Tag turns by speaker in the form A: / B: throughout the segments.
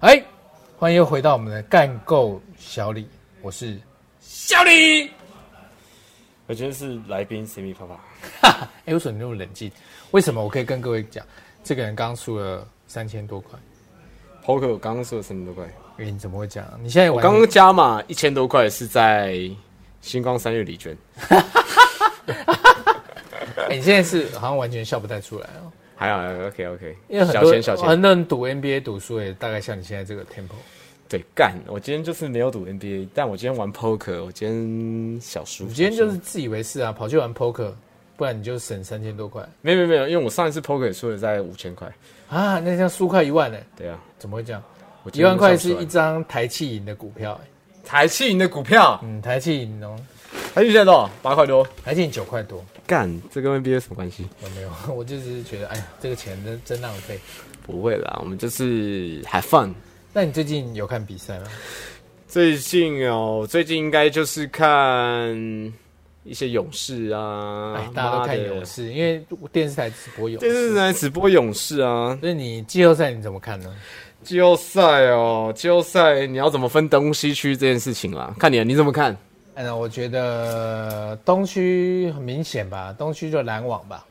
A: 哎欢迎又回到我们的干够小李，我是小李。
B: 我今天是来宾 Simi 爸爸，
A: 哈，哎，为什么你那么冷静？为什么？我可以跟各位讲，这个人刚输了三千多块。
B: Poker 我刚刚说了三千多块，
A: 哎，你怎么会讲？你现在
B: 我
A: 玩
B: 刚刚加码一千多块是在星光三月礼券，
A: 哎，你现在是好像完全笑不太出来哦，
B: 还好还好 OK OK，
A: 因为很
B: 小
A: 多
B: 钱小钱，
A: 很多人赌 NBA 赌输哎也大概像你现在这个 tempo。
B: 对干，我今天就是没有赌 NBA，但我今天玩 Poker，我今天小输，
A: 你今天就是
B: 小输
A: 自以为是啊，跑去玩 poker，不然你就省三千多块
B: 没有没有没有，因为我上一次 Poker 也输了在五千块，
A: 啊，那这样输快一万呢、哎
B: 对啊，
A: 怎么会这样？
B: 我今
A: 一
B: 天
A: 万块
B: 上
A: 是
B: 手
A: 一
B: 玩
A: 张台气银的股票、欸，
B: 台气银的股票，
A: 嗯，台气银哦，
B: 台气现在多少？八块多，
A: 台气银九块多，
B: 干，这跟 NBA 有什么关系？
A: 哦有没有？ 我就只是觉得，哎呀，这个钱真真浪费。
B: 不会啦，我们就是还 fun。
A: 那你最近有看比赛吗？
B: 最近哦，最近应该就是看一些勇士啊，
A: 哎，大家都看勇
B: 士，
A: 士，因为电视台直播勇
B: 电视
A: 士。
B: 台直播勇士啊，
A: 所以你季后赛你怎么看呢？
B: 季后赛哦，季后赛你要怎么分东西区这件事情啦？看你啊了，你怎么看？
A: 哎，那我觉得东区很明显吧，东区就篮网吧。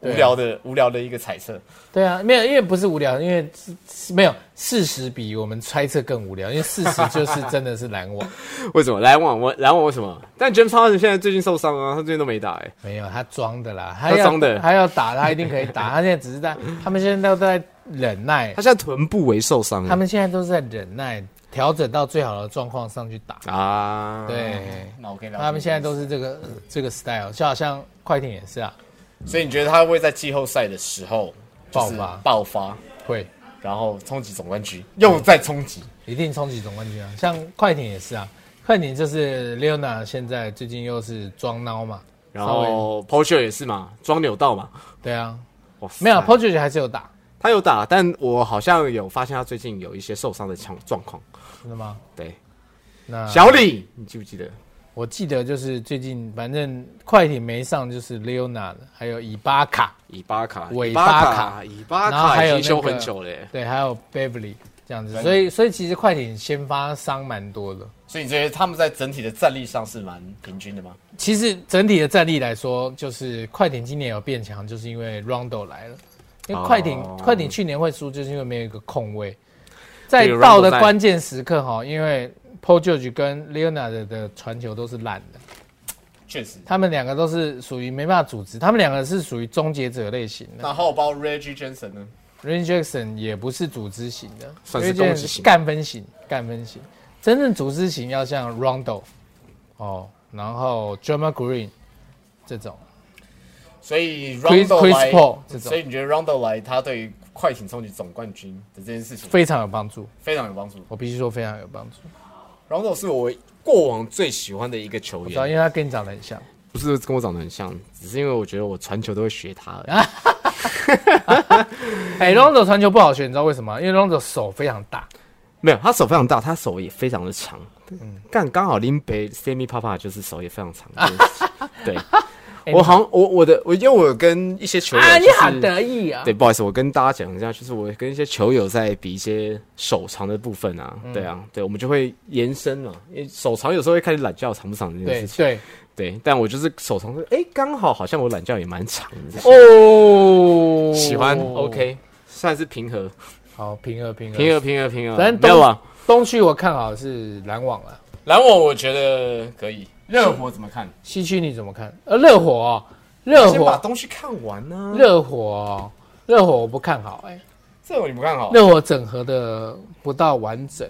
A: 对啊
B: 的无聊的一个猜测，
A: 对啊，没有，因为不是无聊，因为是是没有事实比我们猜测更无聊，因为事实就是真的是篮网
B: 为什么篮网？我篮网为什么？但 James Harden 现在最近受伤啊，他最近都没打哎、
A: 没有他装的啦，他
B: 他
A: 要
B: 装的
A: 他要打他一定可以打，他现在只是在他们现在都在忍 耐
B: 他，现在臀部为受伤欸
A: 他们现在都是在忍耐，调整到最好的状况上去打。
B: 啊，
A: 嗯对，
C: 那我可以聊。
A: 他们现在都是这个这个 style，就好像快艇也是啊，
C: 所以你觉得他会在季后赛的时候就是
A: 爆发
C: 爆发，
A: 会
C: 然后冲击总冠军，又在冲击。
A: 一定冲击总冠军啊，像快艇也是啊，快艇就是 Leona 现在最近又是装孬嘛，
B: 然
A: 稍微
B: 后 p o r t e r 也是嘛，装扭到嘛，
A: 对啊，
B: 哇塞
A: 没有 p o r g e 还是有打，
B: 他有打，但我好像有发现他最近有一些受伤的状状况。
A: 真的吗？
B: 对，
A: 那
B: 小李，你记不记得？
A: 我记得就是最近，反正快艇没上就是 Leona 的，还有伊巴卡，
B: 伊巴卡，
A: 尾
B: 尾
A: 巴
B: 巴
A: 卡
B: 卡，尾巴
A: 然后
B: 卡
A: 还
B: 已
A: 有
B: 经休
A: 那个
B: 很久了耶。
A: 对，还有 Beverly 这样子，所以所以其实快艇先发伤蛮多的。
C: 所以你觉得他们在整体的战力上是蛮平均的吗？
A: 其实整体的战力来说，就是快艇今年有变强，就是因为 Rondo 来了。因为快艇、
B: 哦
A: 快艇去年会输，就是因为没有一个空位，在
B: 对，Rondo
A: 到的
B: 在
A: 关键时刻哈，因为 Paul George 跟 Leona 的的传球都是烂的，
C: 确实。
A: 他们两个都是属于没办法组织，他们两个是属于终结者类型的。
C: 然后包括 Reggie Johnson 呢？
A: Rain Jackson 也不是组织型的，
B: 算是
A: Ray Jackson
B: 攻击型
A: 干分型，干分型。真正组织型要像 Rondo，哦，然后 d r a m a Green 这种，
C: 所以
A: Chris-
C: Rondo
A: Chris
C: 来
A: Paul 这种
C: 所以你觉得 Rondo 来，他对于快艇冲击总冠军的这件事情
A: 非常有帮助。
C: 非常有帮助。
A: 我必须说非常有帮助，
B: Rondo 是我过往最喜欢的一个球
A: 我知道，
B: 员，
A: 因为他跟你长得很像。
B: 不是跟我长得很像，只是因为我觉得我传球都会学他而已。
A: 哎、r o n d o 传球不好学，你知道为什么？因为 Rondo 手非常大，
B: 没有，他手非常大，他手也非常的长。干刚好林北 Sammy Papa 就是手也非常 长。这件事情对，我哎好像我我的我因为我有跟一些球员
A: 啊，你
B: 就是
A: 好得意啊！
B: 对，不好意思，我跟大家讲一下，就是我跟一些球友在比一些手长的部分啊，对啊，对，我们就会延伸嘛，因为手长有时候会看你懒觉长不长这件
A: 对
B: 事情，
A: 对
B: 对，但我就是手长，哎，刚好好像我懒觉也蛮长的，
A: 哦，
B: 喜欢，OK，算是平和，
A: 好平和平和
B: 平和，平和，平和，
A: 反正
B: 没有吧？
A: 东区我看好是篮网啊了。
B: 篮网我觉得可以，
C: 热火怎么看？
A: 西区你怎么看？呃，热火、哦，热
B: 先把
A: 火，
B: 东西看完呢、
A: 热火、哦，热火我不看好、哎，
C: 这我你不看好？
A: 热火整合的不到完整，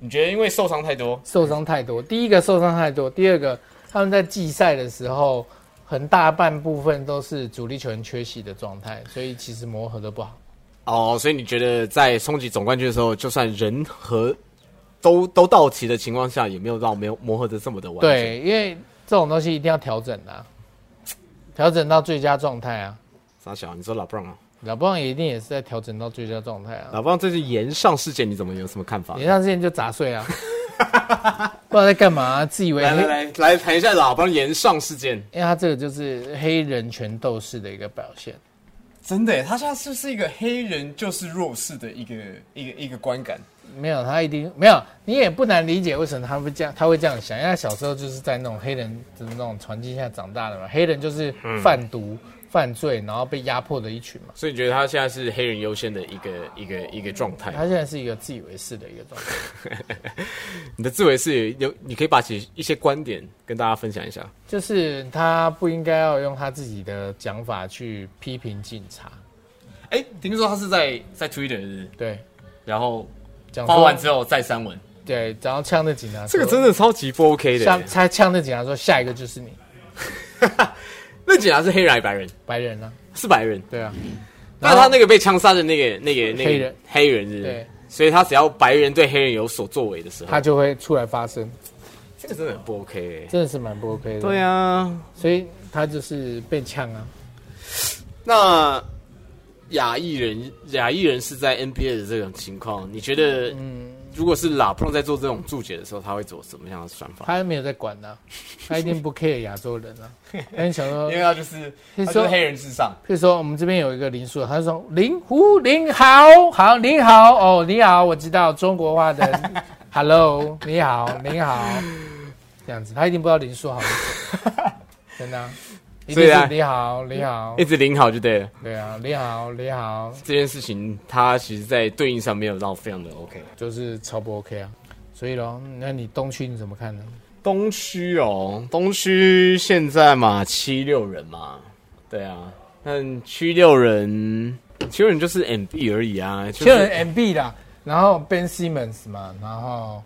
C: 你觉得因为受伤太多，
A: 受伤太多。第一个受伤太多，第二个他们在季赛的时候，很大半部分都是主力球员缺席的状态，所以其实磨合的不好。
B: 哦，所以你觉得在冲击总冠军的时候，就算人和都都到齐的情况下，也没有到没有磨合的这么的完整。
A: 对，因为这种东西一定要调整啊，调整到最佳状态啊。
B: 傻小，你说老布朗啊？
A: 老布朗也一定也是在调整到最佳状态啊。
B: 老布朗这次延上事件，你怎么有什么看法？
A: 你上之前就砸碎啊， 不知道在干嘛、啊自以为
B: 来来来来谈一下老布朗延上事件。
A: 因为他这个就是黑人权斗士的一个表现。
C: 真的耶，他现在是不是一个黑人就是弱势的一个一个一个观感？
A: 没有，他一定没有，你也不难理解为什么他会这样，他会这样想，因为他小时候就是在那种黑人的那种环境下长大的嘛，黑人就是贩
B: 嗯
A: 毒、犯罪，然后被压迫的一群嘛。
D: 所以你觉得他现在是黑人优先的一个一个一个状态？
A: 他现在是一个自以为是的一个状态，
D: 你的自为是有，你可以把其一些观点跟大家分享一下。
A: 就是他不应该要用他自己的讲法去批评警察，
D: 哎、听说他是在在 Twitter，是不是
A: 对，
D: 然后
A: 讲
D: 发
A: 说
D: 完之后再删文，
A: 对，然后呛那警察说，
B: 这个真的超级不 OK 的
A: 像
B: 耶。
A: 他呛那警察说，下一个就是你，
D: 那警察是黑人还是白人？
A: 白人啊，
D: 是白人，
A: 对啊，
D: 但
B: 嗯
D: 他那个被枪杀的那个那个那个
A: 黑人
D: 黑人是不是
A: 对，
D: 所以他只要白人对黑人有所作为的时候，
A: 他就会出来发声，
D: 这个真的很不 OK 耶、
A: 真的是蛮不 OK 的。
B: 对啊，
A: 所以他就是被呛啊。
D: 那亚裔人，亚裔人是在 NBA 的这种情况，你觉得，如果是拉碰在做这种注解的时候，他会做什么样的算法？
A: 他没有在管呐、他一定不 care 亚洲人啊。他就想说，
C: 因为
A: 譬
C: 他就是
A: 你
C: 他
A: 说
C: 就是黑人至上，
A: 如说我们这边有一个林书，他就说林胡林好好您好哦你好，我知道中国话的 hello 你好您好，这样子他一定不知道林书好是谁，真的啊、一定
D: 所以啊
A: 是你好你好
D: 一，直领好就对了。
A: 对啊你好你好，
D: 这件事情，他其实，在对应上没有到非常的 OK。
A: 就是超不 OK 啊。所以咯，那你东区你怎么看呢？
D: 东区哦，东区现在嘛，七六人嘛，对啊，但七六人，七六人就是 MB 而已啊，就
A: 七六
D: 是
A: 人 MB 啦，然后 Ben Simmons 嘛，然后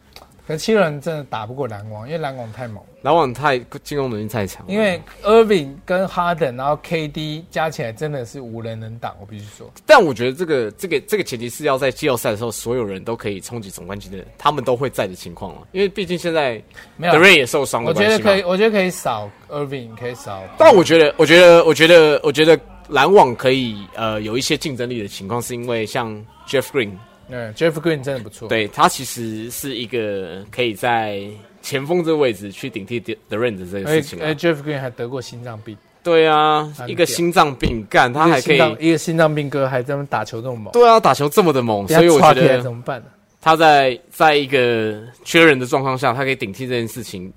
A: 可七六人真的打不过篮网，因为篮网太猛了。
B: 篮网太进攻能力太强了，
A: 因为 Irving 跟 Harden，然后 KD 加起来真的是无人能挡，我必须说。
B: 但我觉得这个这个这个前提是要在季后赛的时候，所有人都可以冲击总冠军的，他们都会在的情况啊。因为毕竟现在
A: 没有
B: 德，瑞也受伤
A: 啊我
B: 了，
A: 觉得可以，
B: 以。
A: 我觉得可以少 Irving，可以少。
B: 但我觉得，我觉得，我觉得，我觉得篮网可以呃有一些竞争力的情况，是因为像 Jeff Green，
A: 嗯，Jeff Green 真的不错。，
B: 对他其实是一个可以在前锋这个位置去顶替 The r a n 的这个
A: 而
B: 事情
A: 且
B: 啊、
A: 而且 Jeff Green 还得过心脏病，
B: 对啊，
A: 很
B: 一个
A: 屌
B: 心脏病干他还可
A: 一个心脏
B: 以，
A: 一个心脏病哥还在那边打球这么猛，
B: 对啊，打球这么的猛，所以我
A: 被他抓
B: 觉
A: 起来
B: 得
A: 怎么办呢？
B: 他在在一个缺人的状况下，他可以顶替这件事情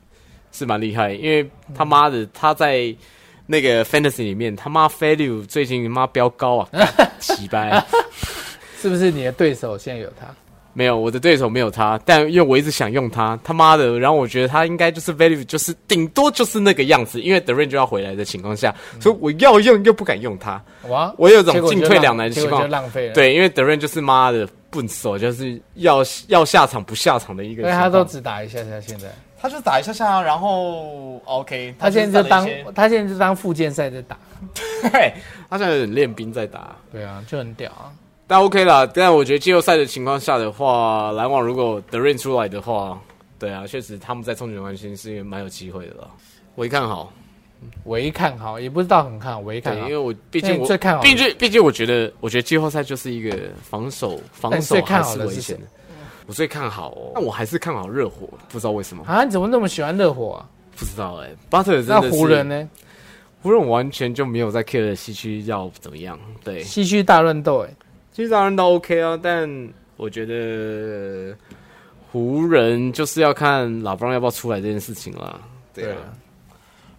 B: 是蛮厉害，因为他妈的他在那个 fantasy 里面他妈 value 最近他妈飙高 啊，干奇掰。
A: 是不是你的对手现在有他？
B: 没有，我的对手没有他，但因为我一直想用他，他妈的，然后我觉得他应该就是 value，就是顶多就是那个样子，因为 The Rain 就要回来的情况下，所以我要用又不敢用他，
A: 哇，
B: 我有种
A: 结果就
B: 进退
A: 浪
B: 两难的
A: 结
B: 情
A: 果
B: 况
A: 就浪费了。，
B: 对，因为德润就是妈的笨手，就是要要下场不下场的一
A: 因
B: 个情
A: 为
B: 况。
A: 他都只打一下下，现在
C: 他就打一下下，然后 OK，
A: 他现在就当
C: 就是打了一些
A: 他现在就当附件赛在打，
B: 对，他现在有点练兵在打，
A: 对啊，就很屌啊。
B: 但 OK 啦。但我觉得季后赛的情况下的话，篮网如果德润出来的话，对啊，确实他们在冲击关系是一个蛮有机会的啦。我一看好，
A: 唯看好，也不知道很看好，唯
B: 对
A: 看，好
B: 因为。我毕竟
A: 那你
B: 我
A: 最看好的
B: 毕竟毕竟我觉得，我觉得季后赛就是一个防守
A: 那
B: 防
A: 你
B: 守
A: 最看
B: 还
A: 好
B: 是
A: 的
B: 危
A: 是
B: 险
A: 谁
B: 的。我最看好哦，那我还是看好热火，不知道为什么，
A: 啊，你怎么那么喜欢热火啊？
B: 不知道哎、巴特尔真
A: 那
B: 的是
A: 湖人呢？
B: 湖人完全就没有在 care 西区要怎么样。对，
A: 西区大乱斗，哎，
B: 其实当然都 OK 啊，但我觉得湖人就是要看老布朗要不要出来这件事情啦。
C: 对
B: 啊，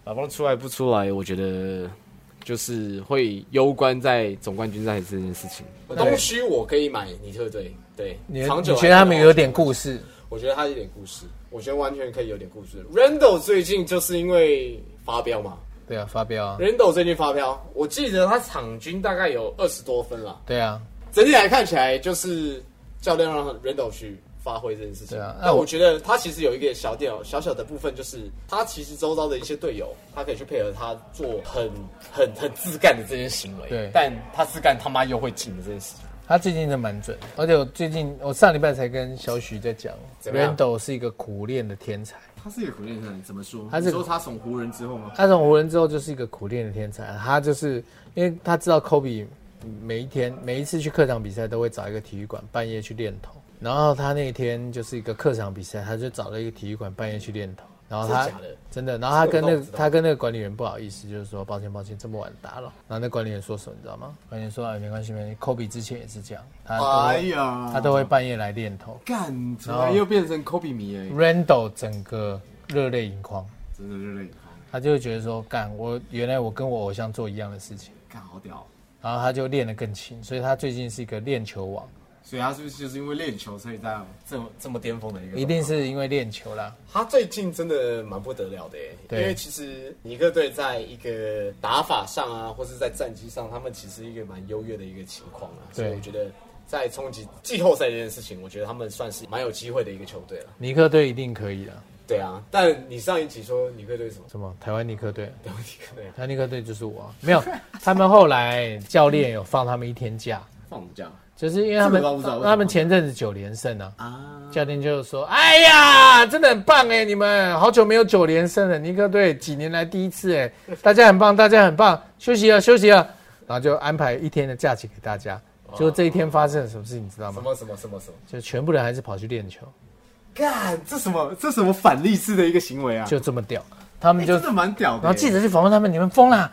B: 老布朗出来不出来，我觉得就是会攸关在总冠军赛这件事情。东区我可以买尼特队，对，
A: 你
B: 长久
A: 你
B: 来
A: 觉得他们
B: 看的话
A: 有点故事？
B: 我觉得他有点故事，我觉得完全可以有点故事。Randall 最近就是因为发飙嘛。
A: 对啊，发飙啊，
B: Randall 最近发飙，我记得他场均大概有二十多分了。
A: 对啊，
B: 整体来看起来，就是教练让 Randall 去发挥这件事情。
A: 对啊那
B: 但
A: 我
B: 我觉得他其实有一个小点小小的部分，就是他其实周遭的一些队友，他可以去配合他做很很很自干的这些行为。
A: 对
B: 但他自干他妈又会进的这件事情。
A: 他最近真的蛮准的，而且我最近我上礼拜才跟小许在讲
B: 怎么样
A: ，Randall 是一个苦练的天才，
D: 他是有苦练生，怎么说？
A: 他是你说
D: 他从湖人之后吗？
A: 他从湖人之后就是一个苦练的天才，啊他就是因为他知道 Kobe 每一天每一次去客场比赛都会找一个体育馆半夜去练头，然后他那天就是一个客场比赛，他就找了一个体育馆半夜去练头，然后
D: 真的
A: 他
D: 假的？
A: 真的，然后他跟那
D: 这个
A: 个
D: 我倒不知道
A: 他跟那个管理员不好意思，就是说抱歉抱歉，这么晚打扰。然后那管理员说什么你知道吗？管理员说哎没关系没关系，Kobe 之前也是这样，他都会、
C: 哎呀，
A: 他都会半夜来练头。
C: 干，怎
A: 然
C: 么
A: 后
C: 又变成 Kobe 迷了？
A: Randall 整个热泪盈眶，
C: 真的热泪盈眶，
A: 他就会觉得说干我原来我跟我偶像做一样的事情，
C: 干好屌。
A: 然后他就练得更勤，所以他最近是一个练球王，
C: 所以他是不是就是因为练球，所以这样这么这么巅峰的一个？
A: 一定是因为练球啦。
D: 他最近真的蛮不得了的耶，因
A: 对
D: 为其实尼克队在一个打法上啊，或是在战绩上，他们其实一个蛮优越的一个情况啊，所以
A: 对
D: 我觉得在冲击季后赛这件事情，我觉得他们算是蛮有机会的一个球队了。
A: 尼克队一定可以的，
D: 对啊，但你上一集说尼克队什么？
A: 什么台湾尼克队？
D: 对，尼克队
A: 台湾尼克队就是我啊，没有，他们后来教练有放他们一天假，
C: 放假
A: 就是因为他
C: 这
A: 们
C: 个我倒不知道为什么
A: 他们前阵子九连胜啊，
C: 啊？
A: 教练就说：“哎呀，真的很棒哎，你们好久没有九连胜了，尼克队几年来第一次哎，大家很棒，大家很棒，休息啊了，休息了。”然后就安排一天的假期给大家。结果这一天发生了什么事，你知道
D: 什
A: 吗？
D: 么什么什么什么？
A: 就全部人还是跑去练球，
C: 干，这什么这什么反例式的一个行 为啊？
A: 就这么屌。他
C: 哎
A: 们就
C: 真的蛮屌的耶。
A: 然后记者去访问他们，你们疯啦！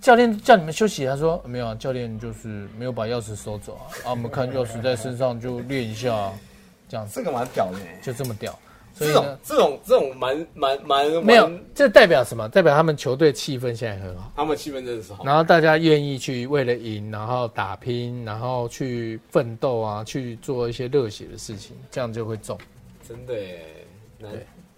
A: 教练叫你们休息，他说没有啊，教练就是没有把钥匙收走啊，啊，我们看钥匙在身上就练一下、啊，这样子
C: 这个蛮屌的耶，
A: 就这么屌。所
D: 这
A: 以
D: 种
A: 呢，
D: 这种这种蛮蛮蛮
A: 没有
D: 蛮，
A: 这代表什么？代表他们球队气氛现在很好，
D: 他们气氛真的是好。
A: 然后大家愿意去为了赢，然后打拼，然后去奋斗啊，去做一些热血的事情，这样就会中。
D: 真的耶，那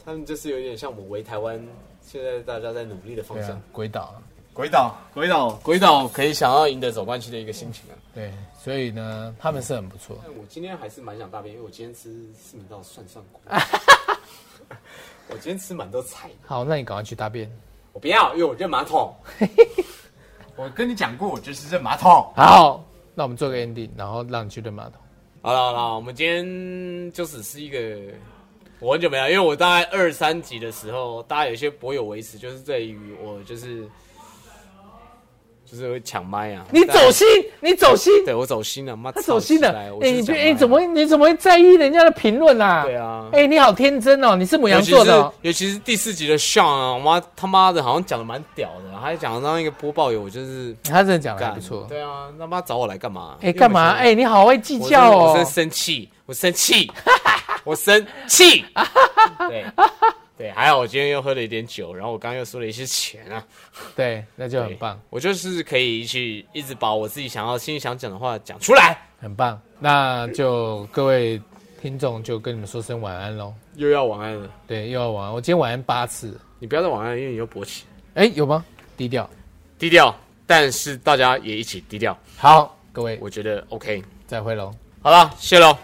D: 他们就是有点像我们围台湾，现在大家在努力的方
A: 对
D: 向
A: 啊。，鬼岛啊，
C: 鬼岛鬼岛
D: 鬼岛可以想要赢得总冠军的一个心情 啊！
A: 对，所以呢，他们是很不错。
D: 但我今天还是蛮想大便，因为我今天吃四门道涮涮 锅，我今天吃蛮多菜的，
A: 好，那你赶快去大便。
D: 我不要，因为我扔马桶。
C: 我跟你讲过，我就是扔马桶。
A: 好，那我们做个 ending，然后让你去扔马桶。
D: 好了好了，我们今天就只是一个，我很久没来，因为我大概二三集的时候，大家有些颇有微词，就是在于我就是就是会抢麦啊，
A: 你走心，你走心，
D: 对我走心啊了，妈
A: 他走心了。
D: 操起来我
A: 哎、
D: 就是
A: 你
D: 抢
A: 别
D: 麦
A: 哎、怎么会你怎么会在意人家的评论啦？
D: 对啊
A: 哎、你好天真哦，你是母羊座的、哦。
D: 尤其是尤其是第四集的 Sean 啊，我妈他妈的，好像讲的蛮屌的，还讲当一个播报友，我就是
A: 他真的讲的还不
D: 干
A: 错。
D: 对啊，他妈找我来干嘛？
A: 哎、干嘛？哎、你好会计
D: 因为我
A: 较
D: 真的我
A: 哦
D: 真的。生气，我 生气，我生气。对对，还好我今天又喝了一点酒，然后我刚刚又输了一些钱啊，
A: 对，那就很
D: 对
A: 棒，。
D: 我就是可以去一直把我自己想要、心里想讲的话讲出来。
A: 很棒。那就各位听众就跟你们说声晚安喽。
D: 又要晚安了，
A: 对，又要晚安，我今天晚安八次。
D: 你不要再晚安了，因为你又勃起，
A: 哎、有吗？低调。
D: 低调，但是大家也一起低调，
A: 好，各位
D: 我觉得 OK。
A: 再会喽。
D: 好了，谢喽。